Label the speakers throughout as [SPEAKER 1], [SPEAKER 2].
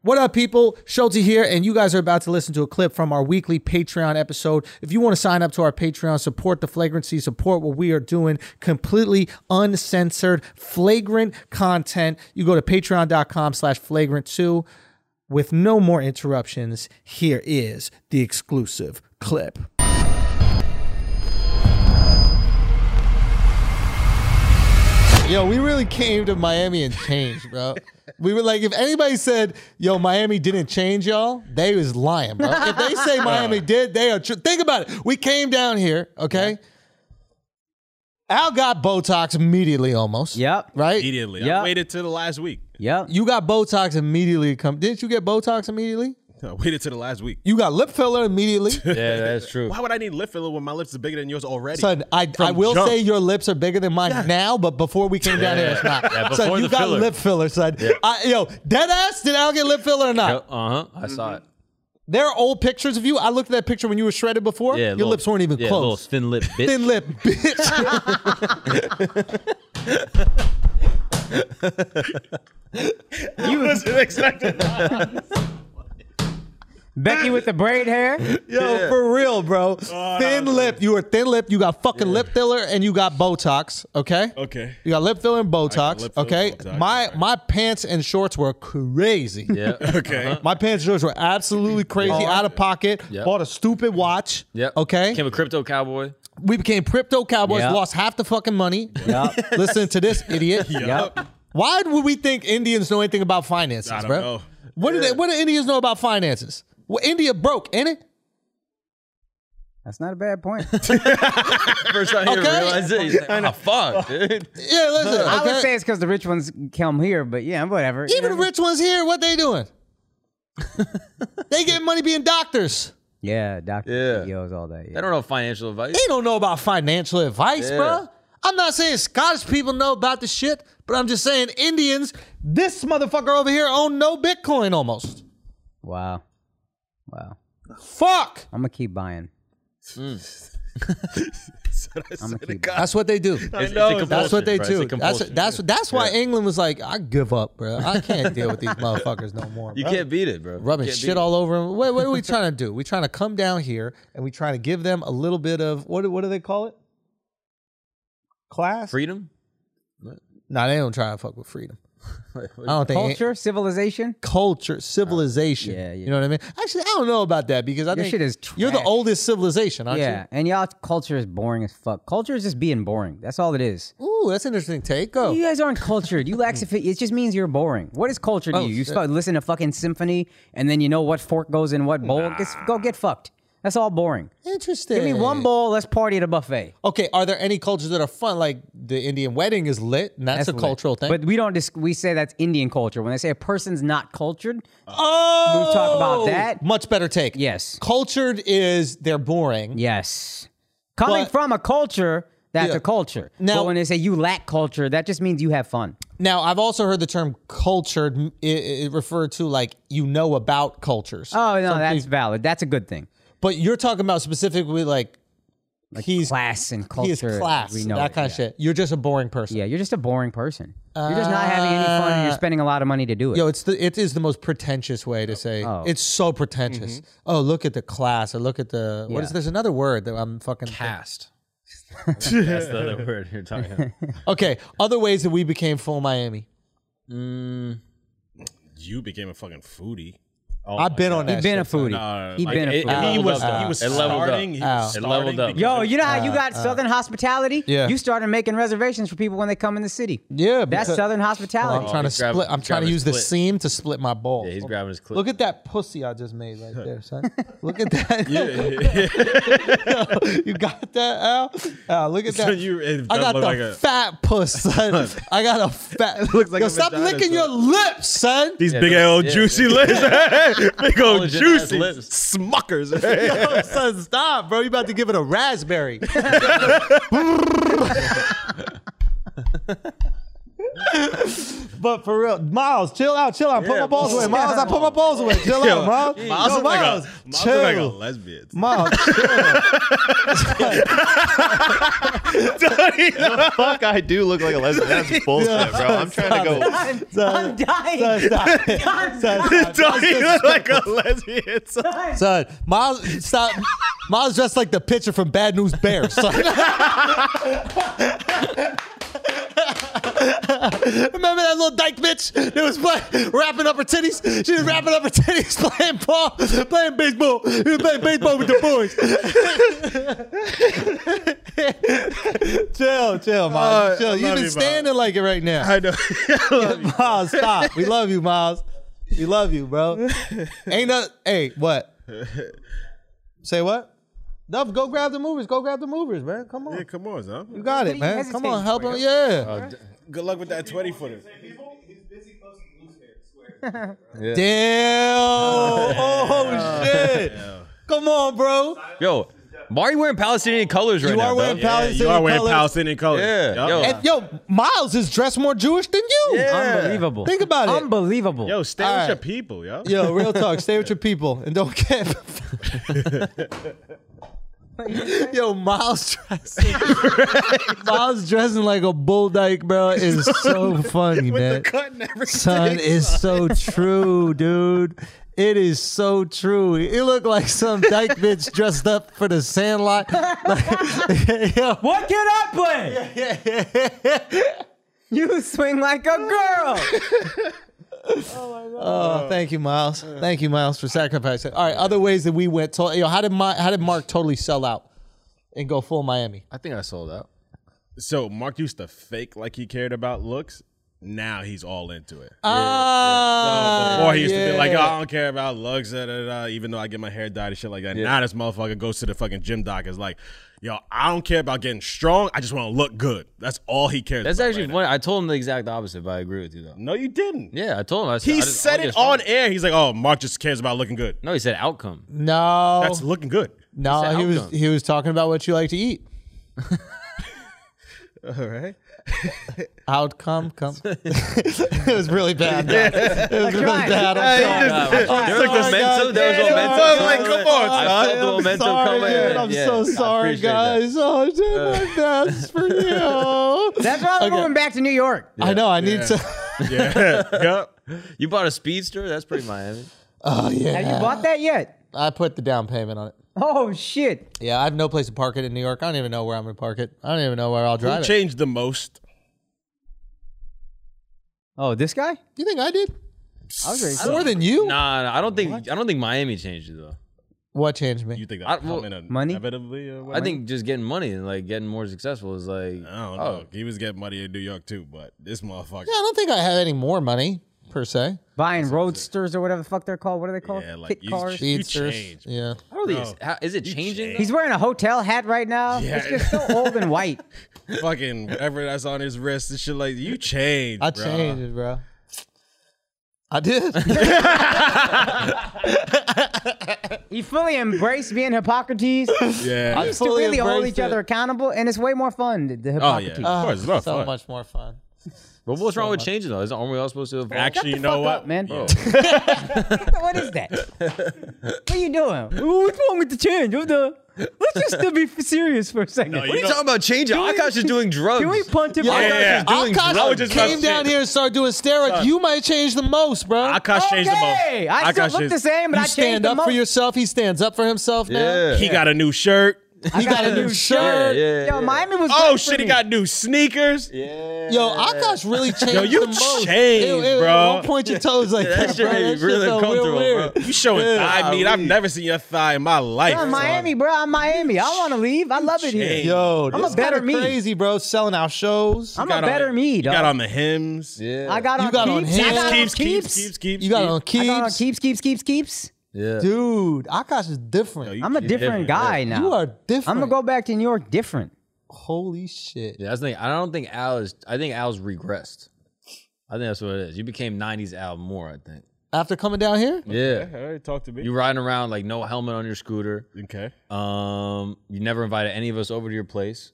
[SPEAKER 1] What up, people? Schulte here, and you guys are about to listen to a clip from our weekly Patreon episode. If you want to sign up to our Patreon, support the flagrancy, support what we are doing, completely uncensored, flagrant content, you go to patreon.com slash flagrant2. With no more interruptions, here is the exclusive clip. Yo, we really came to Miami and changed, bro. We were like, if anybody said, "Yo, Miami didn't change, y'all," they was lying, bro. If they say Miami did, they are. Tr- Think about it. We came down here, okay. Al got Botox immediately, almost.
[SPEAKER 2] Yep.
[SPEAKER 1] Right.
[SPEAKER 3] Immediately.
[SPEAKER 2] Yeah.
[SPEAKER 3] I waited till the last week.
[SPEAKER 2] Yep.
[SPEAKER 1] You got Botox immediately. Come, didn't you get Botox immediately?
[SPEAKER 3] I waited till the last week.
[SPEAKER 1] You got lip filler immediately.
[SPEAKER 4] Yeah, that's true.
[SPEAKER 3] Why would I need lip filler when my lips are bigger than yours already?
[SPEAKER 1] Son, I, I will
[SPEAKER 3] jump.
[SPEAKER 1] say your lips are bigger than mine now, but before we came down here, it's not.
[SPEAKER 4] Yeah,
[SPEAKER 1] son,
[SPEAKER 4] before
[SPEAKER 1] you
[SPEAKER 4] the
[SPEAKER 1] got
[SPEAKER 4] filler.
[SPEAKER 1] lip filler, son. I, yo, dead ass, did Al get lip filler or not?
[SPEAKER 4] Uh huh.
[SPEAKER 1] Mm-hmm.
[SPEAKER 4] I saw it.
[SPEAKER 1] There are old pictures of you. I looked at that picture when you were shredded before.
[SPEAKER 4] Yeah,
[SPEAKER 1] your
[SPEAKER 4] little-
[SPEAKER 1] lips weren't even
[SPEAKER 4] yeah, Little
[SPEAKER 1] close.
[SPEAKER 4] thin lip bitch.
[SPEAKER 1] Thin lip, bitch.
[SPEAKER 3] wasn't expecting
[SPEAKER 2] Becky with the braid hair.
[SPEAKER 1] Yo, for real, bro. thin lip. You were thin lip. You got fucking lip filler and you got Botox. Okay.
[SPEAKER 3] Okay.
[SPEAKER 1] You got lip filler and Botox.
[SPEAKER 3] lip filler,
[SPEAKER 1] okay.
[SPEAKER 3] Botox,
[SPEAKER 1] My
[SPEAKER 3] alright.
[SPEAKER 1] my pants and shorts were crazy.
[SPEAKER 4] Yeah.
[SPEAKER 3] Okay.
[SPEAKER 1] My pants and shorts were absolutely crazy, out of pocket.
[SPEAKER 4] Yep.
[SPEAKER 1] Bought a stupid watch.
[SPEAKER 4] Yep.
[SPEAKER 1] Okay.
[SPEAKER 4] Came a crypto cowboy.
[SPEAKER 1] we became crypto cowboys.
[SPEAKER 2] Yep.
[SPEAKER 1] Lost half the fucking money.
[SPEAKER 2] Yep.
[SPEAKER 1] Listen to this idiot.
[SPEAKER 2] Yep.
[SPEAKER 1] Why would we think Indians know anything about finances,
[SPEAKER 3] I don't
[SPEAKER 1] bro?
[SPEAKER 3] know.
[SPEAKER 1] What do they, what do Indians know about finances? Well, India broke, ain't it?
[SPEAKER 2] That's not a bad point.
[SPEAKER 4] First time he
[SPEAKER 1] Okay.
[SPEAKER 4] realized it. He's like, oh, fuck, dude.
[SPEAKER 1] Yeah, listen.
[SPEAKER 2] I
[SPEAKER 1] okay?
[SPEAKER 2] would say it's because the rich ones come here, but yeah, whatever. You
[SPEAKER 1] even
[SPEAKER 2] know?
[SPEAKER 1] rich ones here, what they doing? they get money being doctors.
[SPEAKER 2] Yeah, doctor
[SPEAKER 4] Yeah.
[SPEAKER 2] CEOs, all that. Yeah.
[SPEAKER 4] I don't know financial advice.
[SPEAKER 1] They don't know about financial advice,
[SPEAKER 4] Yeah.
[SPEAKER 1] bro. I'm not saying Scottish people know about the shit, but I'm just saying Indians, this motherfucker over here owned no Bitcoin almost.
[SPEAKER 2] Wow. Wow.
[SPEAKER 1] Fuck.
[SPEAKER 2] I'm gonna keep buying.
[SPEAKER 1] Mm.
[SPEAKER 2] I'm gonna keep.
[SPEAKER 1] That's what they do.
[SPEAKER 4] It's,
[SPEAKER 3] know,
[SPEAKER 4] it's a
[SPEAKER 1] That's what they
[SPEAKER 4] compulsion,
[SPEAKER 1] do.
[SPEAKER 4] bro. It's
[SPEAKER 1] That's
[SPEAKER 4] a compulsion.
[SPEAKER 1] that's that's why England was like, I give up, bro. I can't deal with these motherfuckers no more.
[SPEAKER 4] you
[SPEAKER 1] bro."
[SPEAKER 4] can't beat it, bro.
[SPEAKER 1] rubbing
[SPEAKER 4] Can't
[SPEAKER 1] shit
[SPEAKER 4] beat
[SPEAKER 1] all over them. What, what are we trying to do? We're trying to come down here and we're trying to give them a little bit of what? do- What do they call it?
[SPEAKER 4] it.
[SPEAKER 1] Class?
[SPEAKER 4] Freedom.
[SPEAKER 1] No, they don't try to fuck with freedom. I don't think
[SPEAKER 2] Culture, civilization.
[SPEAKER 1] culture, civilization.
[SPEAKER 2] Yeah, yeah.
[SPEAKER 1] You know what I mean? Actually, I don't know about that because I
[SPEAKER 2] Your
[SPEAKER 1] think
[SPEAKER 2] shit is
[SPEAKER 1] you're the
[SPEAKER 2] trash.
[SPEAKER 1] oldest civilization, aren't
[SPEAKER 2] Yeah, and y'all culture is boring as fuck. Culture is just being boring. That's all it is.
[SPEAKER 1] you? Ooh, that's an interesting take. Go.
[SPEAKER 2] You guys aren't cultured. You lack sophi- It just means you're boring. What is culture to
[SPEAKER 1] Hmm. Oh,
[SPEAKER 2] you? You
[SPEAKER 1] shit.
[SPEAKER 2] sp- listen to fucking symphony and then you know what fork goes in what bowl. Just go get fucked. That's all boring.
[SPEAKER 1] Interesting.
[SPEAKER 2] Give me one bowl. Let's party at a buffet.
[SPEAKER 1] Okay, are there any cultures that are fun? Like the Indian wedding is lit, and that's, a
[SPEAKER 2] lit.
[SPEAKER 1] cultural thing.
[SPEAKER 2] But we don't. Dis- we say that's Indian culture. When they say a person's not cultured,
[SPEAKER 1] oh,
[SPEAKER 2] we talk about that.
[SPEAKER 1] Much better take.
[SPEAKER 2] Yes.
[SPEAKER 1] Cultured is they're boring.
[SPEAKER 2] yes, coming
[SPEAKER 1] But-
[SPEAKER 2] from a culture, that's
[SPEAKER 1] Yeah.
[SPEAKER 2] a culture.
[SPEAKER 1] Now-
[SPEAKER 2] but when they say you lack culture, that just means you have fun.
[SPEAKER 1] Now, I've also heard the term cultured m- i it referred to like you know about cultures.
[SPEAKER 2] Oh no, that's valid. That's a good thing.
[SPEAKER 1] but you're talking about specifically like, he's
[SPEAKER 2] class and culture.
[SPEAKER 1] he is class,
[SPEAKER 2] We know
[SPEAKER 1] that
[SPEAKER 2] it,
[SPEAKER 1] kind
[SPEAKER 2] yeah.
[SPEAKER 1] of shit. You're just a boring person.
[SPEAKER 2] Yeah, you're just a boring person. You're just not having any fun. and You're spending a lot of money to do it.
[SPEAKER 1] Uh, Yo, it's the it is the most pretentious way
[SPEAKER 4] Oh.
[SPEAKER 1] to say it's so pretentious.
[SPEAKER 4] Mm-hmm.
[SPEAKER 1] Oh, look at the class, or look at the what
[SPEAKER 2] Yeah.
[SPEAKER 1] is there's another word that I'm fucking
[SPEAKER 4] Cast. That's the other word you're talking about.
[SPEAKER 1] Okay. Other ways that we became full Miami.
[SPEAKER 3] You became a fucking foodie.
[SPEAKER 4] Oh
[SPEAKER 1] I've been on that.
[SPEAKER 2] He's been a
[SPEAKER 1] shit, son.
[SPEAKER 2] foodie. He's
[SPEAKER 4] Like,
[SPEAKER 2] been a
[SPEAKER 4] it-
[SPEAKER 2] foodie.
[SPEAKER 3] he
[SPEAKER 4] leveled
[SPEAKER 3] was
[SPEAKER 4] up.
[SPEAKER 3] he was
[SPEAKER 4] It leveled up.
[SPEAKER 3] starting. He was
[SPEAKER 4] It leveled up.
[SPEAKER 3] starting
[SPEAKER 2] Yo,
[SPEAKER 3] because-
[SPEAKER 2] you know how you got Southern hospitality?
[SPEAKER 1] Uh, Yeah.
[SPEAKER 2] You started making reservations for people when they come in the city.
[SPEAKER 1] Yeah,
[SPEAKER 2] That's
[SPEAKER 1] because- Oh.
[SPEAKER 2] Southern
[SPEAKER 1] Well, I'm
[SPEAKER 2] hospitality.
[SPEAKER 1] trying to
[SPEAKER 4] he's grabbing-
[SPEAKER 1] split. I'm
[SPEAKER 4] he's
[SPEAKER 1] trying to
[SPEAKER 4] grabbing
[SPEAKER 1] use the
[SPEAKER 4] his clit.
[SPEAKER 1] seam to split my balls.
[SPEAKER 4] Yeah, he's grabbing his clip.
[SPEAKER 1] Look at that pussy I just made right there, son. Look at that. Yo, you got that, Al? Al, look at
[SPEAKER 3] So
[SPEAKER 1] that.
[SPEAKER 3] you- it
[SPEAKER 1] I
[SPEAKER 3] does
[SPEAKER 1] got the
[SPEAKER 3] look like a-
[SPEAKER 1] fat puss, son. I got a fat.
[SPEAKER 3] Looks like
[SPEAKER 1] Yo,
[SPEAKER 3] a
[SPEAKER 1] stop
[SPEAKER 3] vagina,
[SPEAKER 1] licking
[SPEAKER 3] son.
[SPEAKER 1] your lips, son.
[SPEAKER 3] These
[SPEAKER 4] Yeah,
[SPEAKER 3] big
[SPEAKER 4] those-
[SPEAKER 3] old
[SPEAKER 4] yeah.
[SPEAKER 3] juicy lips, big old
[SPEAKER 4] Collagen-ass
[SPEAKER 3] juicy
[SPEAKER 4] lips.
[SPEAKER 3] smuckers.
[SPEAKER 1] Yo, son, stop, bro. You about to give it a raspberry. But for real, Miles, chill out, chill out. put
[SPEAKER 3] Yeah,
[SPEAKER 1] my balls away,
[SPEAKER 3] Miles.
[SPEAKER 1] Miles. I put my balls away. Chill
[SPEAKER 3] Yo,
[SPEAKER 1] out, Miles.
[SPEAKER 3] Miles
[SPEAKER 1] Yo,
[SPEAKER 3] is like a-
[SPEAKER 1] Miles,
[SPEAKER 3] Miles is like a
[SPEAKER 1] chill.
[SPEAKER 3] lesbian.
[SPEAKER 1] Miles,
[SPEAKER 5] fuck I do look like a lesbian. That's bullshit, bro. I'm trying to go.
[SPEAKER 2] I'm, I'm dying.
[SPEAKER 1] stop.
[SPEAKER 2] I'm
[SPEAKER 1] Son,
[SPEAKER 3] Don't you look like a lesbian? Son?
[SPEAKER 2] dying.
[SPEAKER 1] son, Miles, stop. Miles dressed like the pitcher from Bad News Bears. son. Remember that little dyke bitch that was play, wrapping up her titties? She was wrapping up her titties, playing ball, playing baseball. She was playing baseball with the boys. chill, chill, Miles.
[SPEAKER 3] Uh,
[SPEAKER 1] chill.
[SPEAKER 3] I
[SPEAKER 1] You've
[SPEAKER 3] love
[SPEAKER 1] been
[SPEAKER 3] you, Miles.
[SPEAKER 1] standing like it right now.
[SPEAKER 3] I know.
[SPEAKER 1] Miles, stop. We love you, Miles. We love you, bro. Ain't no. Hey, what? Say what? No, go grab the movers. Go grab the movers, man. Come on.
[SPEAKER 3] yeah, come on, son.
[SPEAKER 1] You got it,
[SPEAKER 2] He
[SPEAKER 1] man.
[SPEAKER 2] hesitates
[SPEAKER 1] Come on, help him.
[SPEAKER 2] for
[SPEAKER 1] Yeah.
[SPEAKER 3] Good luck with that twenty footer.
[SPEAKER 1] Damn. Oh shit. Come on, bro.
[SPEAKER 4] Yo, why are you wearing Palestinian colors right
[SPEAKER 1] You
[SPEAKER 4] now?
[SPEAKER 1] are wearing
[SPEAKER 4] dog?
[SPEAKER 1] Palestinian
[SPEAKER 3] you are wearing
[SPEAKER 1] colors.
[SPEAKER 3] Palestinian colors.
[SPEAKER 4] Yeah,
[SPEAKER 3] Yup.
[SPEAKER 4] yo.
[SPEAKER 1] And yo, Miles is dressed more Jewish than you.
[SPEAKER 2] Unbelievable.
[SPEAKER 1] Think about it.
[SPEAKER 2] Unbelievable.
[SPEAKER 3] Yo, stay
[SPEAKER 1] All
[SPEAKER 3] with
[SPEAKER 1] right.
[SPEAKER 3] your people, yo.
[SPEAKER 1] Yo, real talk. Stay with your people and don't get. Yo, Miles dressing. Miles dressing like a bull dyke, bro, is so funny, man.
[SPEAKER 3] cut and everything.
[SPEAKER 1] Son is so true, dude. It is so true. It looked like some dyke bitch dressed up for the sandlot. Like, yo,
[SPEAKER 2] What can I play? you swing like a girl.
[SPEAKER 1] Oh, thank you, Miles. Thank you, Miles, for sacrificing. All right, other ways that we went. To- yo, how did my, how did Mark totally sell out and go full Miami?
[SPEAKER 5] I think I sold out.
[SPEAKER 3] So Mark used to fake like he cared about looks. Now he's all into it.
[SPEAKER 1] Ah,
[SPEAKER 3] Before he used to
[SPEAKER 1] yeah.
[SPEAKER 3] be like, oh, I don't care about looks, da, da, da, even though I get my hair dyed and shit like that. Now this motherfucker goes to the fucking gym doc is like, yo, I don't care about getting strong. I just want to look good. That's all he cares.
[SPEAKER 4] That's
[SPEAKER 3] about
[SPEAKER 4] actually
[SPEAKER 3] right now.
[SPEAKER 4] funny. I told him the exact opposite, but I agree with you though.
[SPEAKER 3] No, you didn't.
[SPEAKER 4] Yeah, I told him. I said,
[SPEAKER 3] He
[SPEAKER 4] I just-
[SPEAKER 3] said
[SPEAKER 4] I'll
[SPEAKER 3] it
[SPEAKER 4] get
[SPEAKER 3] on
[SPEAKER 4] started.
[SPEAKER 3] air. He's like, oh, Mark just cares about looking good.
[SPEAKER 4] No, he said outcome.
[SPEAKER 1] no,
[SPEAKER 3] That's looking good.
[SPEAKER 1] no,
[SPEAKER 4] said
[SPEAKER 1] he was
[SPEAKER 4] outcome.
[SPEAKER 1] he was talking about what you like to eat.
[SPEAKER 3] All right.
[SPEAKER 1] Outcome, come. it was really bad. It was really
[SPEAKER 2] tried.
[SPEAKER 1] bad. I'm sorry. Oh,
[SPEAKER 4] There was
[SPEAKER 1] sorry,
[SPEAKER 4] momentum.
[SPEAKER 1] guys. Yeah, I'm
[SPEAKER 4] There was momentum. coming.
[SPEAKER 1] like, come
[SPEAKER 3] on,
[SPEAKER 4] I
[SPEAKER 3] son.
[SPEAKER 4] felt the
[SPEAKER 1] Oh, I'm
[SPEAKER 4] momentum
[SPEAKER 1] sorry,
[SPEAKER 4] coming.
[SPEAKER 1] dude. I'm
[SPEAKER 4] Yeah,
[SPEAKER 1] so
[SPEAKER 4] I
[SPEAKER 1] sorry,
[SPEAKER 4] appreciate that.
[SPEAKER 1] guys. Oh, I did my best for you.
[SPEAKER 2] That's why I'm
[SPEAKER 1] Okay.
[SPEAKER 2] moving back to New York.
[SPEAKER 1] I know. I need to.
[SPEAKER 3] Yeah. yep.
[SPEAKER 4] You bought a speedster? That's pretty Miami.
[SPEAKER 1] Oh yeah.
[SPEAKER 2] Have you bought that yet?
[SPEAKER 1] I put the down payment on it.
[SPEAKER 2] Oh shit!
[SPEAKER 1] Yeah, I have no place to park it in New York. I don't even know where I'm gonna park it. I don't even know where I'll drive
[SPEAKER 3] Who
[SPEAKER 1] it.
[SPEAKER 3] changed the most?
[SPEAKER 2] Oh, this guy?
[SPEAKER 1] You think I did
[SPEAKER 2] I was ready. to
[SPEAKER 1] more than you?
[SPEAKER 4] Nah, nah, I don't think. I don't think Miami changed it though.
[SPEAKER 1] What changed me?
[SPEAKER 3] You think
[SPEAKER 4] I-
[SPEAKER 3] that
[SPEAKER 4] well,
[SPEAKER 3] coming
[SPEAKER 2] money?
[SPEAKER 3] inevitably? Or
[SPEAKER 4] I
[SPEAKER 3] whatever?
[SPEAKER 4] think just getting money and like getting more successful is like.
[SPEAKER 3] I don't
[SPEAKER 4] Oh.
[SPEAKER 3] know. He was getting money in New York too, but this motherfucker.
[SPEAKER 1] yeah, I don't think I had any more money per se.
[SPEAKER 2] Buying roadsters or whatever the fuck they're called. What are they called?
[SPEAKER 3] Yeah, like,
[SPEAKER 2] Kit
[SPEAKER 3] you
[SPEAKER 2] cars.
[SPEAKER 3] ch- You
[SPEAKER 1] Speedsters.
[SPEAKER 3] changed.
[SPEAKER 1] Yeah.
[SPEAKER 4] I don't think it's- how- is it changing?
[SPEAKER 2] He's wearing a hotel hat right now.
[SPEAKER 3] Yeah.
[SPEAKER 2] It's just so old and white.
[SPEAKER 3] fucking whatever that's on his wrist and shit like you changed.
[SPEAKER 1] I
[SPEAKER 3] bruh.
[SPEAKER 1] changed it, bro. I did.
[SPEAKER 2] You fully embrace being Hippocrates.
[SPEAKER 3] Yeah. Oh,
[SPEAKER 1] I
[SPEAKER 2] used to
[SPEAKER 1] fully
[SPEAKER 2] really hold
[SPEAKER 1] embraced
[SPEAKER 2] each other
[SPEAKER 1] it.
[SPEAKER 2] accountable, and it's way more fun. The, the
[SPEAKER 3] oh yeah.
[SPEAKER 2] Hippocrates.
[SPEAKER 3] Of course, it's not
[SPEAKER 1] so
[SPEAKER 3] fun.
[SPEAKER 1] much more fun.
[SPEAKER 4] But what's wrong with changing though? Isn't Armory all supposed to evolve?
[SPEAKER 3] Actually, you know
[SPEAKER 2] fuck
[SPEAKER 3] what,
[SPEAKER 2] up, man.
[SPEAKER 3] Yeah.
[SPEAKER 2] what is that? What are you doing? What's wrong with the change? What the? Let's just still be serious for a second.
[SPEAKER 3] No,
[SPEAKER 4] What are you
[SPEAKER 3] know-
[SPEAKER 4] talking about changing?
[SPEAKER 2] we-
[SPEAKER 4] Akash is doing drugs.
[SPEAKER 2] Can we punt it?
[SPEAKER 1] Yeah,
[SPEAKER 2] back?
[SPEAKER 1] yeah,
[SPEAKER 3] yeah.
[SPEAKER 4] doing
[SPEAKER 1] Akash
[SPEAKER 4] drugs. I was
[SPEAKER 3] just about
[SPEAKER 1] came
[SPEAKER 3] to
[SPEAKER 1] down
[SPEAKER 3] say-
[SPEAKER 1] here and started doing steroids. you might change the most, bro.
[SPEAKER 3] Akash changed the
[SPEAKER 2] Okay,
[SPEAKER 3] most.
[SPEAKER 2] I still
[SPEAKER 3] Akash
[SPEAKER 2] look
[SPEAKER 3] changed-
[SPEAKER 2] the same, but
[SPEAKER 1] you
[SPEAKER 2] I changed
[SPEAKER 1] stand
[SPEAKER 2] the
[SPEAKER 1] up
[SPEAKER 2] mo-
[SPEAKER 1] for yourself. He stands up for himself now.
[SPEAKER 4] Yeah.
[SPEAKER 3] He got a new shirt.
[SPEAKER 1] He got, a new shirt.
[SPEAKER 4] yeah,
[SPEAKER 2] Yo,
[SPEAKER 4] yeah.
[SPEAKER 2] Miami was.
[SPEAKER 3] Oh
[SPEAKER 2] great for
[SPEAKER 3] shit, he
[SPEAKER 2] me.
[SPEAKER 3] got new sneakers.
[SPEAKER 4] Yeah.
[SPEAKER 1] Yo, Akash really changed.
[SPEAKER 3] you
[SPEAKER 1] the most.
[SPEAKER 3] changed,
[SPEAKER 1] Ew, ew,
[SPEAKER 3] bro.
[SPEAKER 1] Don't point your toes like
[SPEAKER 4] that
[SPEAKER 1] that.
[SPEAKER 4] shit
[SPEAKER 1] bro.
[SPEAKER 4] made me
[SPEAKER 1] That shit
[SPEAKER 4] really
[SPEAKER 1] felt real
[SPEAKER 4] uncomfortable, bro.
[SPEAKER 1] weird.
[SPEAKER 3] You showing thigh meat. I've never seen your thigh in my life.
[SPEAKER 2] I'm
[SPEAKER 3] son.
[SPEAKER 2] Miami, bro. I'm Miami. I want to leave. I love it here.
[SPEAKER 3] Shit.
[SPEAKER 1] Yo,
[SPEAKER 2] I'm a
[SPEAKER 1] this kinda
[SPEAKER 2] better me.
[SPEAKER 1] crazy, bro. Selling out shows.
[SPEAKER 2] I'm a
[SPEAKER 3] You got on-
[SPEAKER 2] better me,
[SPEAKER 3] You
[SPEAKER 2] dog.
[SPEAKER 3] got on the hymns.
[SPEAKER 4] Yeah.
[SPEAKER 2] I got
[SPEAKER 1] You
[SPEAKER 2] on
[SPEAKER 1] got on
[SPEAKER 2] keeps. I
[SPEAKER 1] him.
[SPEAKER 2] got on
[SPEAKER 3] Keeps, keeps,
[SPEAKER 2] keeps.
[SPEAKER 3] keeps, keeps.
[SPEAKER 1] you got on
[SPEAKER 2] I got on
[SPEAKER 1] keeps.
[SPEAKER 2] keeps, keeps, keeps, keeps.
[SPEAKER 4] Yeah.
[SPEAKER 1] Dude, Akash is different.
[SPEAKER 3] Yo, you-
[SPEAKER 2] I'm a different
[SPEAKER 4] different,
[SPEAKER 2] guy now.
[SPEAKER 1] you are different.
[SPEAKER 2] I'm gonna go back to New York different.
[SPEAKER 1] Holy shit.
[SPEAKER 4] Yeah, that's the thing. I don't think Al is. I think Al's regressed. I think that's what it is. You became '90s Al more. I think.
[SPEAKER 1] After coming down here,
[SPEAKER 4] Yeah.
[SPEAKER 3] All right, talk to me.
[SPEAKER 4] You riding around like no helmet on your scooter.
[SPEAKER 3] okay?
[SPEAKER 4] Um, you never invited any of us over to your place.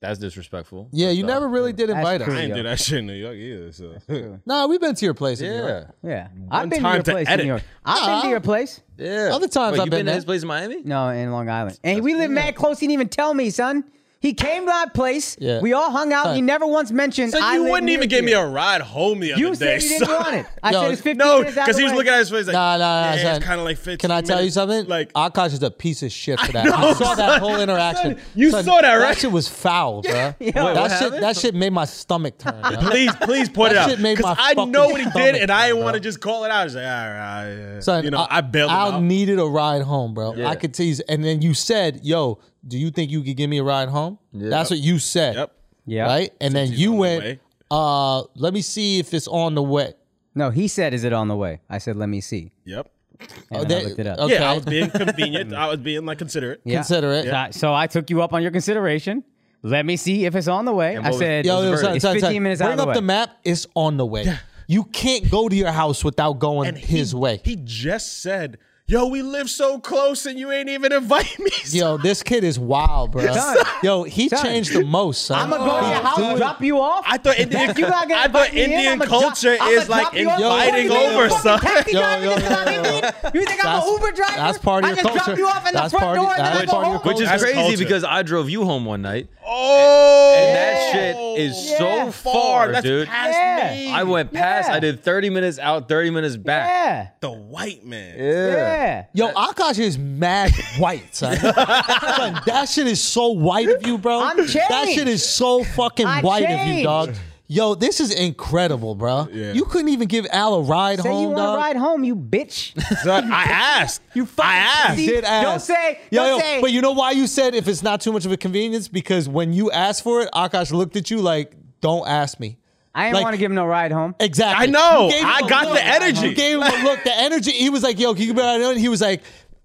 [SPEAKER 4] That's disrespectful.
[SPEAKER 1] Yeah, you
[SPEAKER 4] That's
[SPEAKER 1] never really did invite us.
[SPEAKER 3] I
[SPEAKER 2] true.
[SPEAKER 3] didn't
[SPEAKER 2] Yeah.
[SPEAKER 3] do that shit in New York either. So
[SPEAKER 1] Nah, we've been to your place.
[SPEAKER 4] dumb.
[SPEAKER 1] in New York.
[SPEAKER 4] Yeah,
[SPEAKER 2] Yeah, I've been to
[SPEAKER 3] time
[SPEAKER 2] your
[SPEAKER 3] to
[SPEAKER 2] place in
[SPEAKER 3] edit.
[SPEAKER 2] New York. I've been to your place.
[SPEAKER 4] yeah.
[SPEAKER 1] Other times
[SPEAKER 4] Wait,
[SPEAKER 1] I've been
[SPEAKER 4] you been
[SPEAKER 1] there.
[SPEAKER 4] to his place in Miami.
[SPEAKER 2] No, in Long Island, and we live mad close. He didn't even tell me, son. He came to that place.
[SPEAKER 1] Yeah.
[SPEAKER 2] We all hung out.
[SPEAKER 1] Son.
[SPEAKER 2] He never once mentioned.
[SPEAKER 3] So
[SPEAKER 2] I
[SPEAKER 3] you
[SPEAKER 2] live
[SPEAKER 3] wouldn't
[SPEAKER 2] near
[SPEAKER 3] even give me
[SPEAKER 2] here.
[SPEAKER 3] a ride home the other
[SPEAKER 2] You
[SPEAKER 3] day.
[SPEAKER 2] said you didn't
[SPEAKER 3] son.
[SPEAKER 2] want it. I
[SPEAKER 1] Yo,
[SPEAKER 2] said it's 15
[SPEAKER 3] No,
[SPEAKER 2] minutes out of
[SPEAKER 3] because
[SPEAKER 2] the
[SPEAKER 3] he was
[SPEAKER 2] way.
[SPEAKER 3] looking at his face like,
[SPEAKER 1] Nah, nah, nah.
[SPEAKER 3] yeah,
[SPEAKER 1] son.
[SPEAKER 3] it's kind of like 15
[SPEAKER 1] Can I tell you
[SPEAKER 3] minutes.
[SPEAKER 1] something?
[SPEAKER 3] Like,
[SPEAKER 1] Akash is a piece of shit for that.
[SPEAKER 3] know,
[SPEAKER 1] I saw that
[SPEAKER 3] son.
[SPEAKER 1] whole interaction.
[SPEAKER 3] Son, you saw that,
[SPEAKER 1] That
[SPEAKER 3] right?
[SPEAKER 1] shit was foul, bro.
[SPEAKER 2] what
[SPEAKER 1] that shit, that shit made my stomach turn. bruh.
[SPEAKER 3] please, please point
[SPEAKER 1] That
[SPEAKER 3] it
[SPEAKER 1] shit
[SPEAKER 3] out.
[SPEAKER 1] made
[SPEAKER 3] Because
[SPEAKER 1] my
[SPEAKER 3] I know what he
[SPEAKER 1] fucking
[SPEAKER 3] did, and I didn't
[SPEAKER 1] stomach,
[SPEAKER 3] want to
[SPEAKER 1] bro.
[SPEAKER 3] just call it out. I was like, all right, yeah.
[SPEAKER 1] Son,
[SPEAKER 3] you know, I, bailed him
[SPEAKER 1] Al
[SPEAKER 3] out.
[SPEAKER 1] needed a ride home, bro.
[SPEAKER 4] Yeah.
[SPEAKER 1] I could tease, and then you said, "Yo, do you think you could give me a ride home?" That's what you said.
[SPEAKER 3] Yep.
[SPEAKER 2] Yeah.
[SPEAKER 1] Right, and then you
[SPEAKER 3] on the
[SPEAKER 1] went.
[SPEAKER 3] way.
[SPEAKER 1] Uh, let me see if it's on the way.
[SPEAKER 2] No, he said, "Is it on the way?" I said, "Let me see."
[SPEAKER 3] Yep.
[SPEAKER 2] And
[SPEAKER 1] Oh,
[SPEAKER 2] then I
[SPEAKER 1] that-
[SPEAKER 2] looked it up.
[SPEAKER 1] okay.
[SPEAKER 3] Yeah, I was being convenient. I was being like considerate.
[SPEAKER 2] Yeah.
[SPEAKER 1] Consider it.
[SPEAKER 2] So I, so I took you up on your consideration. Let me see if it's on the way. I
[SPEAKER 4] what was-
[SPEAKER 2] said,
[SPEAKER 4] Yo,
[SPEAKER 1] Yo,
[SPEAKER 4] Those
[SPEAKER 1] son,
[SPEAKER 4] birds.
[SPEAKER 1] son,
[SPEAKER 2] It's
[SPEAKER 1] son,
[SPEAKER 2] 15 minutes
[SPEAKER 1] bring
[SPEAKER 2] out of the
[SPEAKER 1] up
[SPEAKER 2] way.
[SPEAKER 1] the map. It's on the way. You can't go to your house without going
[SPEAKER 3] And
[SPEAKER 1] his
[SPEAKER 3] he-
[SPEAKER 1] way.
[SPEAKER 3] He just said, yo, we live so close, and you ain't even invite me.
[SPEAKER 1] Yo, this kid is wild, bro. Yo, he
[SPEAKER 2] Son.
[SPEAKER 1] changed the most, son.
[SPEAKER 2] I'm gonna go to
[SPEAKER 1] He
[SPEAKER 2] your house,
[SPEAKER 1] doing-
[SPEAKER 2] drop you off.
[SPEAKER 3] I thought Indian,
[SPEAKER 2] You not gonna
[SPEAKER 3] I
[SPEAKER 2] invite
[SPEAKER 3] thought
[SPEAKER 2] me in?
[SPEAKER 3] Indian
[SPEAKER 2] I'ma dro-
[SPEAKER 3] culture
[SPEAKER 2] I'ma
[SPEAKER 3] is
[SPEAKER 2] drop
[SPEAKER 3] like
[SPEAKER 2] you off.
[SPEAKER 3] inviting
[SPEAKER 2] Yo, yo,
[SPEAKER 3] over,
[SPEAKER 2] yo,
[SPEAKER 3] son.
[SPEAKER 2] Taxi
[SPEAKER 1] Yo,
[SPEAKER 2] driver,
[SPEAKER 1] yo,
[SPEAKER 2] this is not
[SPEAKER 1] yo, yo.
[SPEAKER 2] Indian. You think I'm
[SPEAKER 1] That's-
[SPEAKER 2] an Uber driver?
[SPEAKER 1] that's part of
[SPEAKER 2] I
[SPEAKER 1] your
[SPEAKER 2] just drop
[SPEAKER 1] culture.
[SPEAKER 2] you off in
[SPEAKER 1] That's
[SPEAKER 2] the front
[SPEAKER 1] part of-
[SPEAKER 2] door and then I
[SPEAKER 1] that's
[SPEAKER 2] go
[SPEAKER 1] part of
[SPEAKER 2] home.
[SPEAKER 1] your
[SPEAKER 4] Which is
[SPEAKER 3] That's
[SPEAKER 4] crazy
[SPEAKER 3] culture.
[SPEAKER 4] because I drove you home one night.
[SPEAKER 3] Oh,
[SPEAKER 4] And that shit is so far,
[SPEAKER 3] That's
[SPEAKER 4] dude.
[SPEAKER 3] past
[SPEAKER 2] Yeah.
[SPEAKER 3] me.
[SPEAKER 4] I went past.
[SPEAKER 2] Yeah.
[SPEAKER 4] I did 30 minutes out, 30 minutes back.
[SPEAKER 2] Yeah.
[SPEAKER 3] the white man.
[SPEAKER 2] Yeah.
[SPEAKER 1] Yo, Akash is mad white, son. Son, that shit is so white of you, bro.
[SPEAKER 2] I'm
[SPEAKER 1] That
[SPEAKER 2] changed.
[SPEAKER 1] shit is so fucking
[SPEAKER 2] I
[SPEAKER 1] white of you,
[SPEAKER 2] changed.
[SPEAKER 1] dog. Yo, this is incredible, bro.
[SPEAKER 3] Yeah.
[SPEAKER 1] You couldn't even give Al a ride
[SPEAKER 2] Say you
[SPEAKER 1] home,
[SPEAKER 2] want to
[SPEAKER 1] dog.
[SPEAKER 2] ride home, you bitch.
[SPEAKER 3] Son, I asked.
[SPEAKER 2] You fucking
[SPEAKER 3] I asked.
[SPEAKER 1] You
[SPEAKER 2] pussy.
[SPEAKER 1] did ask.
[SPEAKER 2] Don't say.
[SPEAKER 1] Yo,
[SPEAKER 2] don't
[SPEAKER 1] yo,
[SPEAKER 2] say.
[SPEAKER 1] but you know why you said if it's not too much of a convenience? Because when you asked for it, Akash looked at you like, don't ask me.
[SPEAKER 2] I didn't
[SPEAKER 1] like-
[SPEAKER 2] want to give him no ride home.
[SPEAKER 1] Exactly.
[SPEAKER 3] I know.
[SPEAKER 1] You gave him
[SPEAKER 3] I
[SPEAKER 1] a
[SPEAKER 3] got
[SPEAKER 1] look.
[SPEAKER 3] the energy.
[SPEAKER 1] You gave him a look. The energy. He was like, "Yo, can you be on?" He was like,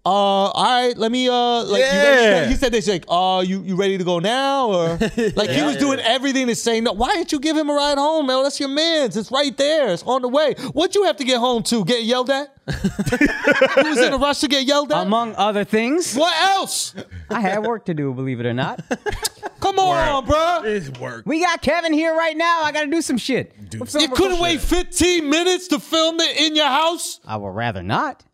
[SPEAKER 1] "Uh, all right, let me uh, like." You ready
[SPEAKER 3] Yeah.
[SPEAKER 1] to- he said, "They like, uh, you you ready to go now?" Or like he was
[SPEAKER 4] yeah.
[SPEAKER 1] doing everything to say no. Why didn't you give him a ride home, man? That's your man's. It's right there. It's on the way. What you have to get home to? Get yelled at? he was in a rush to get yelled at.
[SPEAKER 2] Among other things,
[SPEAKER 1] what else?
[SPEAKER 2] I had work to do, believe it or not.
[SPEAKER 1] Come on, bruh.
[SPEAKER 3] It's work.
[SPEAKER 2] We got Kevin here right now. I got to do some shit. What's
[SPEAKER 1] You
[SPEAKER 2] up?
[SPEAKER 1] couldn't wait 15 minutes to film it in your house.
[SPEAKER 2] I would rather not.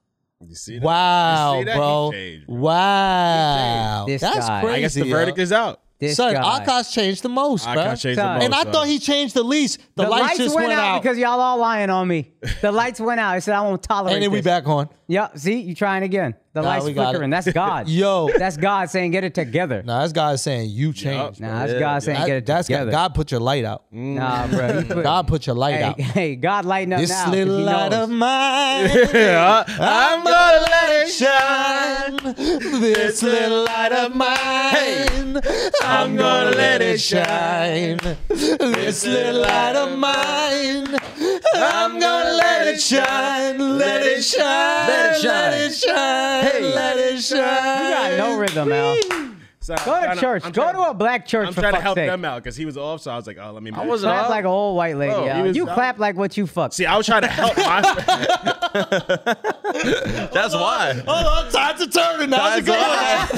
[SPEAKER 3] You see that?
[SPEAKER 1] Wow,
[SPEAKER 3] You see that? He
[SPEAKER 1] bro.
[SPEAKER 3] changed, bro.
[SPEAKER 1] Wow.
[SPEAKER 2] This
[SPEAKER 1] That's
[SPEAKER 2] guy.
[SPEAKER 1] crazy.
[SPEAKER 3] I guess the
[SPEAKER 1] yo.
[SPEAKER 3] verdict is out.
[SPEAKER 2] This
[SPEAKER 1] Son,
[SPEAKER 2] guy.
[SPEAKER 1] Akash changed the most,
[SPEAKER 3] I
[SPEAKER 1] bro.
[SPEAKER 3] can't change the
[SPEAKER 2] Son.
[SPEAKER 3] most.
[SPEAKER 1] and I
[SPEAKER 3] son.
[SPEAKER 1] thought he changed the least. The, lights, just went, out.
[SPEAKER 2] because y'all all lying on me. The lights went out. I said I won't tolerate
[SPEAKER 1] and then we
[SPEAKER 2] this.
[SPEAKER 1] back on.
[SPEAKER 2] Yeah, see, you trying again. The
[SPEAKER 1] Nah,
[SPEAKER 2] lights
[SPEAKER 1] we got it.
[SPEAKER 2] flickering. That's God.
[SPEAKER 1] Yo.
[SPEAKER 2] that's God saying get it together.
[SPEAKER 1] Nah, this guy is saying you changed.
[SPEAKER 2] Nah, that's
[SPEAKER 4] Yeah.
[SPEAKER 2] God saying
[SPEAKER 1] That-
[SPEAKER 2] get it
[SPEAKER 1] that's God-
[SPEAKER 2] together.
[SPEAKER 1] God put your light out.
[SPEAKER 2] Nah, bro. he put-
[SPEAKER 1] God put your light
[SPEAKER 2] hey,
[SPEAKER 1] out.
[SPEAKER 2] hey, God lighting up
[SPEAKER 1] This
[SPEAKER 2] now. 'cause
[SPEAKER 1] little
[SPEAKER 2] he
[SPEAKER 1] light
[SPEAKER 2] knows.
[SPEAKER 1] of mine,
[SPEAKER 3] Yeah, I'm gonna let it
[SPEAKER 1] shine. This little light of mine, I'm gonna let it shine. This little light of mine, I'm gonna let it shine. Let it shine.
[SPEAKER 4] Let it
[SPEAKER 1] Let it shine.
[SPEAKER 4] Hey.
[SPEAKER 1] Let it shine.
[SPEAKER 2] You got no rhythm, Al.
[SPEAKER 3] So
[SPEAKER 2] Go
[SPEAKER 3] I'm
[SPEAKER 2] to
[SPEAKER 3] tryna-
[SPEAKER 2] church.
[SPEAKER 3] I'm
[SPEAKER 2] Go
[SPEAKER 3] tryna-
[SPEAKER 2] to a black church
[SPEAKER 3] I'm
[SPEAKER 2] for
[SPEAKER 3] trying to
[SPEAKER 2] fuck's
[SPEAKER 3] help
[SPEAKER 2] sake.
[SPEAKER 3] them out because he was off, so I was like, oh, let me. I
[SPEAKER 4] wasn't
[SPEAKER 2] Clap
[SPEAKER 4] up.
[SPEAKER 2] like an old white lady.
[SPEAKER 4] Bro,
[SPEAKER 2] Al.
[SPEAKER 3] he was-
[SPEAKER 2] you clap like what you fuck.
[SPEAKER 3] See, I was trying to help my.
[SPEAKER 4] That's why.
[SPEAKER 1] Hold on, time's a turning. Now it's a good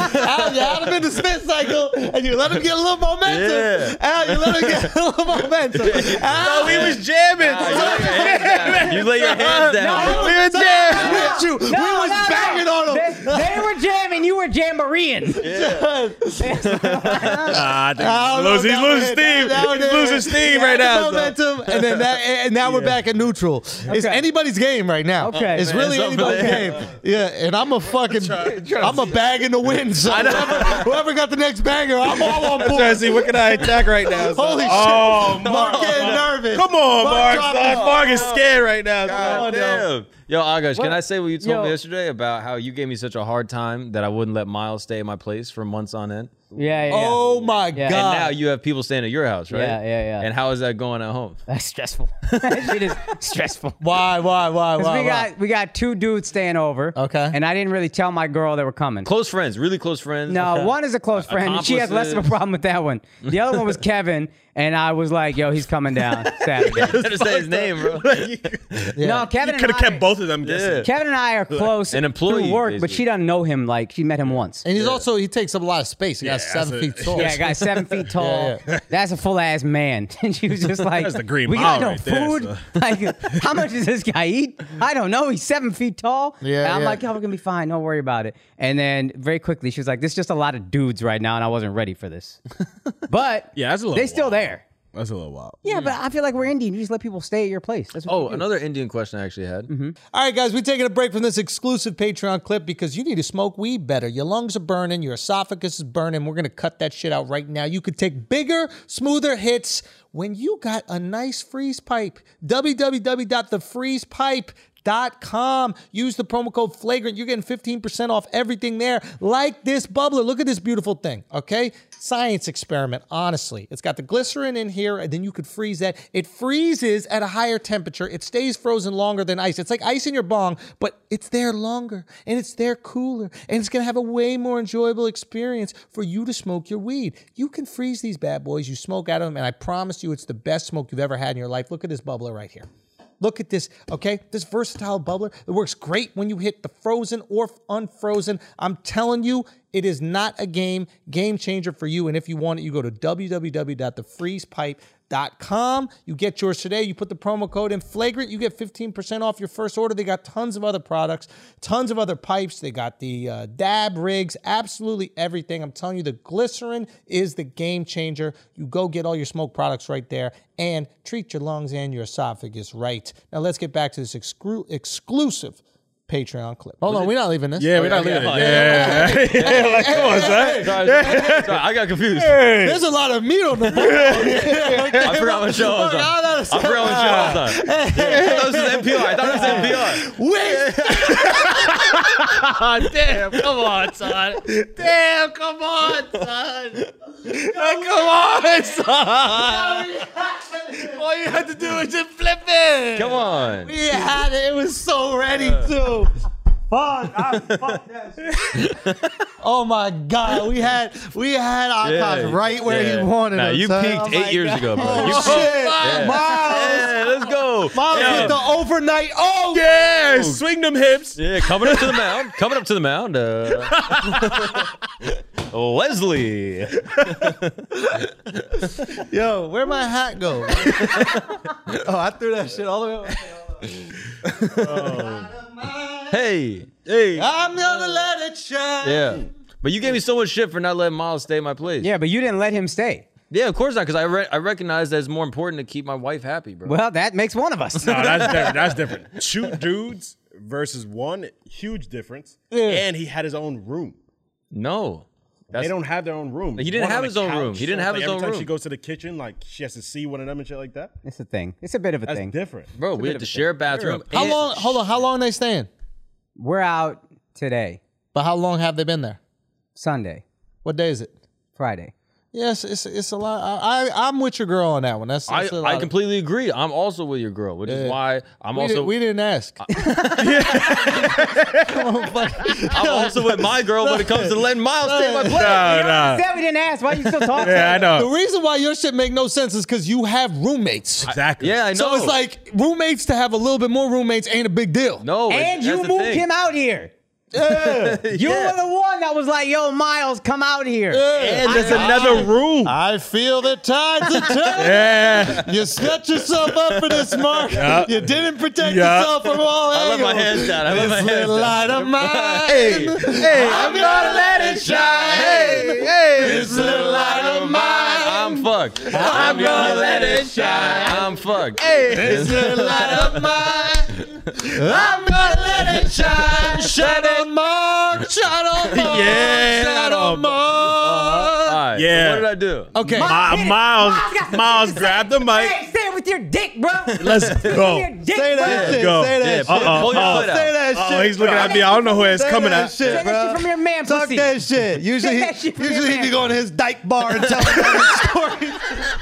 [SPEAKER 1] one. Al, you had him in the spin cycle, and you let him get a little momentum.
[SPEAKER 4] Yeah.
[SPEAKER 1] Al, you let him get a little momentum. Al,
[SPEAKER 3] we was jamming.
[SPEAKER 4] You lay your hands down.
[SPEAKER 2] No.
[SPEAKER 4] bro.
[SPEAKER 3] we were jamming.
[SPEAKER 1] with you. we was
[SPEAKER 2] no, no.
[SPEAKER 1] banging on him.
[SPEAKER 2] They, they were jamming. You were jamboreeing.
[SPEAKER 3] Nah, I think
[SPEAKER 1] I don't know
[SPEAKER 3] he's
[SPEAKER 1] if
[SPEAKER 3] losing,
[SPEAKER 1] that was
[SPEAKER 3] he's losing
[SPEAKER 1] it.
[SPEAKER 3] steam.
[SPEAKER 1] That was
[SPEAKER 3] He's
[SPEAKER 1] it.
[SPEAKER 3] losing
[SPEAKER 1] He
[SPEAKER 3] steam
[SPEAKER 1] had
[SPEAKER 3] right
[SPEAKER 1] the
[SPEAKER 3] now. son.
[SPEAKER 1] Momentum, and then that, and now we're back in neutral. It's
[SPEAKER 2] Okay.
[SPEAKER 1] anybody's game right now.
[SPEAKER 2] Okay.
[SPEAKER 1] it's
[SPEAKER 2] Man,
[SPEAKER 1] really
[SPEAKER 4] it's up for
[SPEAKER 1] anybody's game. Yeah, and I'm a fucking, I'm a bag in the wind. So whoever, whoever got the next banger, I'm all on
[SPEAKER 3] I'm trying
[SPEAKER 1] board.
[SPEAKER 3] to see what can I attack right now. son.
[SPEAKER 1] Holy shit.
[SPEAKER 3] Oh,
[SPEAKER 1] I'm
[SPEAKER 3] Mark.
[SPEAKER 1] getting nervous.
[SPEAKER 3] Come on, Mark.
[SPEAKER 1] drop
[SPEAKER 3] son.
[SPEAKER 1] it.
[SPEAKER 3] Mark is scared right now. son.
[SPEAKER 4] Damn. Yo, Agash,
[SPEAKER 2] What?
[SPEAKER 4] can I say what you told
[SPEAKER 2] Yo.
[SPEAKER 4] me yesterday about how you gave me such a hard time that I wouldn't let Miles stay at my place for months on end?
[SPEAKER 2] Yeah, yeah. yeah.
[SPEAKER 1] Oh my
[SPEAKER 2] Yeah.
[SPEAKER 1] god!
[SPEAKER 2] And
[SPEAKER 4] And now you have people staying at your house, right?
[SPEAKER 2] Yeah, yeah, yeah.
[SPEAKER 4] And how is that going at home?
[SPEAKER 2] That's stressful. that shit is stressful.
[SPEAKER 1] why, why, why, why?
[SPEAKER 2] 'Cause
[SPEAKER 1] why?
[SPEAKER 2] we got we got two dudes staying over.
[SPEAKER 1] Okay.
[SPEAKER 2] And I didn't really tell my girl they were coming.
[SPEAKER 4] Close friends, really close friends.
[SPEAKER 2] no, one is a close friend. and She has less of a
[SPEAKER 4] accomplices.
[SPEAKER 2] problem with that one. The other one was Kevin, and I was like, "Yo, he's coming down Saturday."
[SPEAKER 4] You better say his name, bro.
[SPEAKER 1] Yeah.
[SPEAKER 2] No,
[SPEAKER 3] You
[SPEAKER 2] Kevin
[SPEAKER 3] could
[SPEAKER 2] and
[SPEAKER 3] have
[SPEAKER 2] I-
[SPEAKER 3] kept both of them guessing.
[SPEAKER 2] Kevin and I are close
[SPEAKER 4] An employee,
[SPEAKER 2] through work, but
[SPEAKER 4] basically.
[SPEAKER 2] she doesn't know him. Like she met him once.
[SPEAKER 1] and he's also he takes up a lot of space. You gotta seven
[SPEAKER 3] that's
[SPEAKER 1] feet
[SPEAKER 3] a-
[SPEAKER 1] tall.
[SPEAKER 2] Yeah, I got seven feet tall. That's a full ass man. And she was just like,
[SPEAKER 3] That's the Green
[SPEAKER 2] We
[SPEAKER 3] Mile
[SPEAKER 2] got no
[SPEAKER 3] right there,
[SPEAKER 2] food.
[SPEAKER 3] so.
[SPEAKER 2] Like, how much does this guy eat? I don't know. He's seven feet tall.
[SPEAKER 1] Yeah,
[SPEAKER 2] And I'm
[SPEAKER 1] yeah.
[SPEAKER 2] like, y'all are gonna be fine. Don't worry about it. And then very quickly, she was like, "There's just a lot of dudes right now, and I wasn't ready for this." But
[SPEAKER 3] Yeah, that's a little
[SPEAKER 2] they still
[SPEAKER 3] wild.
[SPEAKER 2] there.
[SPEAKER 3] That's a little wild.
[SPEAKER 2] Yeah, but I feel like we're Indian. You just let people stay at your place. That's what
[SPEAKER 4] Oh,
[SPEAKER 2] you do.
[SPEAKER 4] another Indian question I actually had.
[SPEAKER 1] All right, guys, we're taking a break from this exclusive Patreon clip because you need to smoke weed better. Your lungs are burning, your esophagus is burning. We're going to cut that shit out right now. You could take bigger, smoother hits when you got a nice freeze pipe. www.thefreezepipe.com. Use the promo code flagrant. You're getting 15% off everything there. Like this bubbler. Look at this beautiful thing, okay? Science experiment, honestly. It's got the glycerin in here, and then you could freeze that. It freezes at a higher temperature. It stays frozen longer than ice. It's like ice in your bong, but it's there longer and it's there cooler, and it's gonna have a way more enjoyable experience for you to smoke your weed. You can freeze these bad boys, you smoke out of them, and I promise you it's the best smoke you've ever had in your life. Look at this bubbler right here. Look at this, okay? This versatile bubbler. It works great when you hit the frozen or unfrozen. I'm telling you, it is not a game, game changer for you. And if you want it, you go to www.thefreezepipe.com. You get yours today. You put the promo code in flagrant. You get 15% off your first order. They got tons of other products, tons of other pipes. They got the uh, dab rigs, absolutely everything. I'm telling you, the glycerin is the game changer. You go get all your smoke products right there and treat your lungs and your esophagus right. Now, let's get back to this excru- exclusive Patreon clip. Hold on, we're not leaving this.
[SPEAKER 3] Yeah, we're not leaving. it. Yeah,
[SPEAKER 4] Sorry, sorry, I got confused.
[SPEAKER 1] There's a lot of meat on the bone.
[SPEAKER 4] I forgot what show I was on.
[SPEAKER 1] No, no,
[SPEAKER 4] I forgot what show I was on. Yeah, I thought this was NPR. I thought it was NPR.
[SPEAKER 1] Wait,
[SPEAKER 4] Damn, come on, son. Damn, come on, son. come on, son. All you had to do was just flip it. Come on.
[SPEAKER 1] we had it. It was so ready too. Oh my god, we had we had Akash
[SPEAKER 4] Yeah,
[SPEAKER 1] right where
[SPEAKER 4] yeah.
[SPEAKER 1] he wanted.
[SPEAKER 5] Nah,
[SPEAKER 1] him,
[SPEAKER 5] you
[SPEAKER 1] son.
[SPEAKER 5] peaked
[SPEAKER 1] Oh my
[SPEAKER 5] eight years
[SPEAKER 1] God.
[SPEAKER 5] ago, bro.
[SPEAKER 1] Oh,
[SPEAKER 5] You peaked.
[SPEAKER 1] shit,
[SPEAKER 4] Yeah.
[SPEAKER 1] Miles,
[SPEAKER 4] Yeah, let's go.
[SPEAKER 1] Miles
[SPEAKER 4] yeah.
[SPEAKER 1] with the overnight. Oh
[SPEAKER 3] yeah. swing them hips.
[SPEAKER 4] Yeah, coming up to the mound. Coming up to the mound. Uh, Leslie.
[SPEAKER 1] Yo, where my hat go? oh, I threw that shit all the way. Over.
[SPEAKER 4] Hey. Hey.
[SPEAKER 1] I'm gonna let it shine.
[SPEAKER 4] Yeah. But you gave me so much shit for not letting Miles stay in my place.
[SPEAKER 2] yeah, but you didn't let him stay.
[SPEAKER 4] Yeah, of course not, because I re- I recognize that it's more important to keep my wife happy, bro.
[SPEAKER 2] Well, that makes one of us.
[SPEAKER 3] No, that's different. That's different. Two dudes versus one huge difference. And he had his own room.
[SPEAKER 4] No. That's,
[SPEAKER 3] They don't have their own room.
[SPEAKER 4] He didn't
[SPEAKER 3] One
[SPEAKER 4] have
[SPEAKER 3] on the
[SPEAKER 4] his own
[SPEAKER 3] couch.
[SPEAKER 4] room. He didn't
[SPEAKER 3] Like,
[SPEAKER 4] have his
[SPEAKER 3] every
[SPEAKER 4] own
[SPEAKER 3] time
[SPEAKER 4] room.
[SPEAKER 3] She goes to the kitchen, like she has to see one of them and shit like that.
[SPEAKER 2] it's a thing. It's a bit of a
[SPEAKER 3] That's
[SPEAKER 2] thing.
[SPEAKER 3] different.
[SPEAKER 4] bro, we had to share a bathroom.
[SPEAKER 1] How
[SPEAKER 4] and-
[SPEAKER 1] long? Hold on. How long they staying?
[SPEAKER 2] We're out today,
[SPEAKER 1] But how long have they been there?
[SPEAKER 2] Sunday,
[SPEAKER 1] What day is it?
[SPEAKER 2] Friday.
[SPEAKER 1] Yes, it's it's a lot. I, I I'm with your girl on that one. That's,
[SPEAKER 4] I,
[SPEAKER 1] that's a lot
[SPEAKER 4] I
[SPEAKER 1] of-
[SPEAKER 4] completely agree. I'm also with your girl, which is why I'm
[SPEAKER 1] We,
[SPEAKER 4] also
[SPEAKER 1] did, we didn't ask.
[SPEAKER 4] I'm also with my girl when it comes to letting Miles stay in my place.
[SPEAKER 3] No, no.
[SPEAKER 2] Said we didn't ask. Why you still talking?
[SPEAKER 3] Uh, Yeah, I
[SPEAKER 4] Uh,
[SPEAKER 1] the
[SPEAKER 3] know.
[SPEAKER 1] reason why your shit make no sense is because you have roommates.
[SPEAKER 3] Exactly.
[SPEAKER 4] Yeah, I know.
[SPEAKER 1] So it's like roommates to have a little bit more roommates ain't a big deal.
[SPEAKER 4] no, it-
[SPEAKER 2] And you
[SPEAKER 4] that's the
[SPEAKER 2] moved
[SPEAKER 4] thing.
[SPEAKER 2] him out here. You
[SPEAKER 4] Yeah.
[SPEAKER 2] were the one that was like, "Yo, Miles, come out here."
[SPEAKER 3] And there's another room.
[SPEAKER 1] I feel the tides are turning.
[SPEAKER 3] Yeah.
[SPEAKER 1] You set yourself up for this, Mark. You didn't protect
[SPEAKER 3] Yeah.
[SPEAKER 1] yourself from all
[SPEAKER 4] I let
[SPEAKER 1] angles.
[SPEAKER 4] my hands down. I let my
[SPEAKER 1] This
[SPEAKER 4] hands
[SPEAKER 1] little
[SPEAKER 4] down.
[SPEAKER 1] light of mine.
[SPEAKER 4] Hey, hey,
[SPEAKER 1] I'm gonna let it shine.
[SPEAKER 4] Hey, hey,
[SPEAKER 1] This little light of mine.
[SPEAKER 4] I'm fucked. I'm gonna let it shine. I'm fucked.
[SPEAKER 1] This little light of mine, I'm gonna let it shine. Shine on Mark, shine on Mark,
[SPEAKER 3] Yeah.
[SPEAKER 1] shine on
[SPEAKER 4] Uh-huh. All
[SPEAKER 1] Mark.
[SPEAKER 4] right.
[SPEAKER 3] Yeah.
[SPEAKER 4] What did I do?
[SPEAKER 1] Okay,
[SPEAKER 3] Mi- Miles, Miles, grab the mic.
[SPEAKER 2] Hey, stay with your dick, bro.
[SPEAKER 3] Let's
[SPEAKER 2] Your
[SPEAKER 3] go.
[SPEAKER 2] dick,
[SPEAKER 1] say that
[SPEAKER 2] bro.
[SPEAKER 1] shit.
[SPEAKER 3] go.
[SPEAKER 1] Say that
[SPEAKER 4] Yeah, uh-uh,
[SPEAKER 1] shit.
[SPEAKER 4] pull- pull your
[SPEAKER 3] uh,
[SPEAKER 4] foot
[SPEAKER 1] Say
[SPEAKER 4] out.
[SPEAKER 1] that shit.
[SPEAKER 3] Oh, he's looking
[SPEAKER 1] bro.
[SPEAKER 3] at me. I don't know where it's
[SPEAKER 1] Say
[SPEAKER 3] coming
[SPEAKER 1] that
[SPEAKER 3] at.
[SPEAKER 1] shit,
[SPEAKER 2] Say that
[SPEAKER 1] bro.
[SPEAKER 2] shit from your man
[SPEAKER 1] Talk
[SPEAKER 2] pussy.
[SPEAKER 1] that shit. Usually,
[SPEAKER 2] that shit from your
[SPEAKER 1] usually he be
[SPEAKER 2] man.
[SPEAKER 1] going to his dyke bar and telling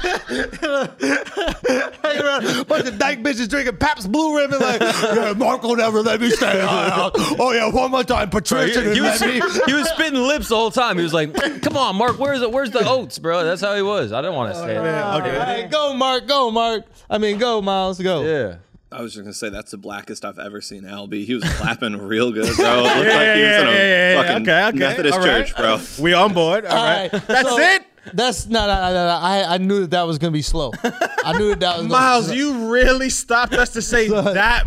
[SPEAKER 1] stories. Hanging around a bunch of dyke bitches drinking Pabst Blue Ribbon like, yeah, Mark will never let me stay out. Oh yeah, one more time,
[SPEAKER 4] He,
[SPEAKER 1] Patricia
[SPEAKER 4] he
[SPEAKER 1] didn't
[SPEAKER 4] was,
[SPEAKER 1] let me.
[SPEAKER 4] he was spitting lips the whole time. He was like, "Come on, Mark, where's the where's the oats, bro?" That's
[SPEAKER 1] Oh,
[SPEAKER 4] how he was. I didn't want to say it.
[SPEAKER 1] All right, go, Mark. Go, Mark. I mean, go, Miles. Go.
[SPEAKER 4] Yeah.
[SPEAKER 6] I was just gonna say that's the blackest I've ever seen Al be. He was clapping real good, bro. It looked like he was
[SPEAKER 3] yeah,
[SPEAKER 6] in a
[SPEAKER 3] yeah, yeah,
[SPEAKER 6] fucking
[SPEAKER 3] okay, okay,
[SPEAKER 6] Methodist
[SPEAKER 3] all right.
[SPEAKER 6] church, bro.
[SPEAKER 3] We on board. All right. That's
[SPEAKER 1] so-
[SPEAKER 3] it.
[SPEAKER 1] That's no, no, no, no, no. I, I knew that that was gonna be slow. I knew that, that was gonna be
[SPEAKER 3] Miles,
[SPEAKER 1] slow.
[SPEAKER 3] you really stopped us to say that,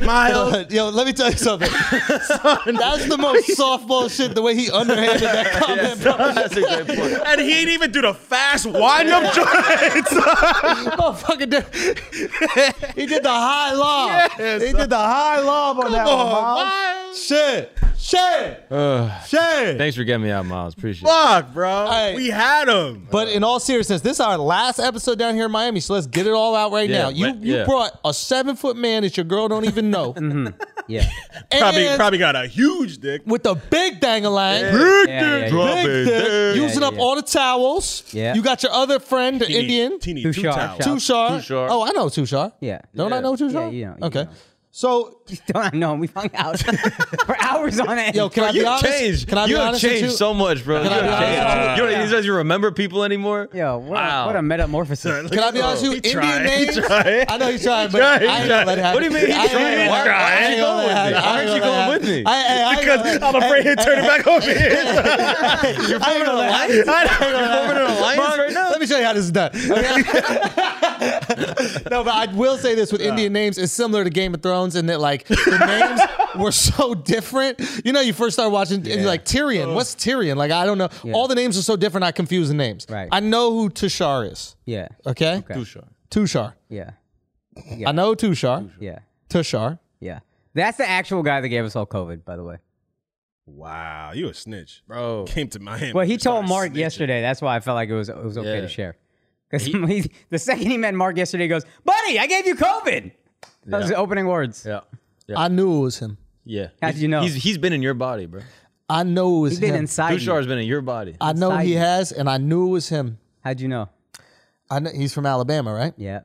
[SPEAKER 3] Miles.
[SPEAKER 1] Yo, let me tell you something. That's the most softball shit. The way he underhanded that comment, bro.
[SPEAKER 5] That's a great point.
[SPEAKER 3] And he didn't even do the fast wind up
[SPEAKER 1] Motherfucker did. he did the high lob. he did the high lob on that one, Miles. Shit, shit, shit.
[SPEAKER 4] Thanks for getting me out, Miles. Appreciate it.
[SPEAKER 3] Fuck, bro.
[SPEAKER 1] Hey.
[SPEAKER 3] We had him.
[SPEAKER 1] But in all seriousness, this is our last episode down here in Miami, so let's get it all out right now. You
[SPEAKER 4] let-
[SPEAKER 1] you
[SPEAKER 4] yeah.
[SPEAKER 1] brought a seven foot man that your girl don't even know,
[SPEAKER 2] Mm-hmm. Yeah.
[SPEAKER 3] Probably,
[SPEAKER 1] And
[SPEAKER 3] probably got a huge dick.
[SPEAKER 1] with the big dangalang.
[SPEAKER 2] Yeah, yeah, yeah.
[SPEAKER 1] Big dick, using
[SPEAKER 2] yeah,
[SPEAKER 1] up
[SPEAKER 2] yeah.
[SPEAKER 1] all the towels.
[SPEAKER 2] Yeah. E
[SPEAKER 1] You got your other friend, the Indian,
[SPEAKER 3] Teeny
[SPEAKER 2] Too
[SPEAKER 3] two
[SPEAKER 2] sharp,
[SPEAKER 3] towels.
[SPEAKER 2] sharp.
[SPEAKER 5] Tushar.
[SPEAKER 1] Tushar. Oh, I know Tushar.
[SPEAKER 2] Yeah.
[SPEAKER 1] Don't I know Tushar?
[SPEAKER 2] Yeah, you know, you
[SPEAKER 1] okay.
[SPEAKER 2] know.
[SPEAKER 1] So,
[SPEAKER 2] Don't I know him? We hung out for hours on end.
[SPEAKER 1] yo, can I be
[SPEAKER 4] You
[SPEAKER 1] honest?
[SPEAKER 4] changed.
[SPEAKER 1] Can I be
[SPEAKER 4] you have
[SPEAKER 1] honest with
[SPEAKER 4] changed
[SPEAKER 1] you?
[SPEAKER 4] so much, bro.
[SPEAKER 1] I
[SPEAKER 4] You
[SPEAKER 1] be
[SPEAKER 4] have
[SPEAKER 1] honest
[SPEAKER 4] changed.
[SPEAKER 1] with
[SPEAKER 4] You don't, you guys, you remember people anymore?
[SPEAKER 2] Yo, what,
[SPEAKER 4] Wow.
[SPEAKER 2] a, what a metamorphosis.
[SPEAKER 1] Can I be honest with you? Indian names. I know he's trying, but
[SPEAKER 4] tried, he
[SPEAKER 1] I ain't
[SPEAKER 4] tried.
[SPEAKER 1] gonna let it happen.
[SPEAKER 4] What do you mean he
[SPEAKER 1] I ain't gonna
[SPEAKER 4] tried?
[SPEAKER 1] let it happen.
[SPEAKER 4] Why- why
[SPEAKER 1] I
[SPEAKER 4] ain't
[SPEAKER 1] ain't
[SPEAKER 4] you
[SPEAKER 1] gonna
[SPEAKER 4] going
[SPEAKER 1] let it
[SPEAKER 4] with me?
[SPEAKER 1] happen. I
[SPEAKER 4] Why
[SPEAKER 1] ain't
[SPEAKER 4] aren't you
[SPEAKER 1] gonna let it happen. I- I- I ain't gonna let
[SPEAKER 3] Because
[SPEAKER 4] going with me?
[SPEAKER 1] it
[SPEAKER 3] I'm afraid he'll turn it back over here.
[SPEAKER 1] happen. I ain't gonna let it happen. Mark, Let me show you how this is done. no, but I will say this with Indian names, it's similar to Game of Thrones in that like the names were so different. You know, you first start watching and you're like Tyrion. What's Tyrion? Like I don't know. All the names are so different. I confuse the names.
[SPEAKER 2] Right.
[SPEAKER 1] I know who Tushar is.
[SPEAKER 2] Yeah.
[SPEAKER 1] Okay.
[SPEAKER 2] Okay.
[SPEAKER 1] Tushar.
[SPEAKER 2] Yeah.
[SPEAKER 1] I know Tushar.
[SPEAKER 2] Yeah.
[SPEAKER 1] Tushar.
[SPEAKER 2] Yeah. That's the actual guy that gave us all COVID, by the way.
[SPEAKER 3] Wow, you a snitch,
[SPEAKER 4] Bro.
[SPEAKER 3] Came to Miami.
[SPEAKER 2] Well, he
[SPEAKER 3] and
[SPEAKER 2] told
[SPEAKER 3] started
[SPEAKER 2] Mark
[SPEAKER 3] snitching.
[SPEAKER 2] yesterday. That's why I felt like it was it was okay
[SPEAKER 4] Yeah.
[SPEAKER 2] to share. Because the second he met Mark yesterday, he goes, "Buddy, I gave you COVID." That was the opening words.
[SPEAKER 4] Yeah. Yeah.
[SPEAKER 1] I knew it was him.
[SPEAKER 4] yeah.
[SPEAKER 2] How
[SPEAKER 4] He's-
[SPEAKER 2] did you know?
[SPEAKER 4] He's, he's been in your body, bro.
[SPEAKER 1] I know it was
[SPEAKER 2] He's been
[SPEAKER 1] him.
[SPEAKER 2] inside. me.
[SPEAKER 4] Dushar's been in your body.
[SPEAKER 1] I know he
[SPEAKER 2] Poseidon.
[SPEAKER 1] has, and I knew it was him.
[SPEAKER 2] How'd you know?
[SPEAKER 1] I know, he's from Alabama, right?
[SPEAKER 2] Yeah.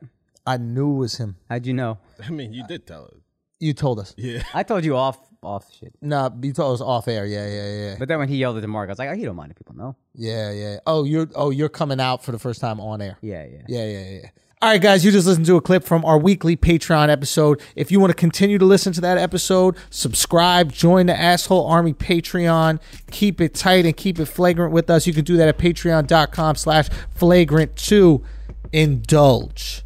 [SPEAKER 1] I knew it was him.
[SPEAKER 2] How'd you know?
[SPEAKER 3] I mean, you did tell us.
[SPEAKER 1] You told us.
[SPEAKER 2] I told you off off shit.
[SPEAKER 1] Nah, you told us off air. Yeah, yeah, yeah,
[SPEAKER 2] But then when he yelled it to Mark, I was like, "Oh, you don't mind if people know."
[SPEAKER 1] yeah, yeah. Oh, you're oh you're coming out for the first time on air.
[SPEAKER 2] Yeah, yeah.
[SPEAKER 1] Yeah, yeah, yeah. All right, guys, you just listened to a clip from our weekly Patreon episode. If you want to continue to listen to that episode, subscribe, join the Asshole Army Patreon. Keep it tight and keep it flagrant with us. You can do that at patreon.com slash flagrant to indulge.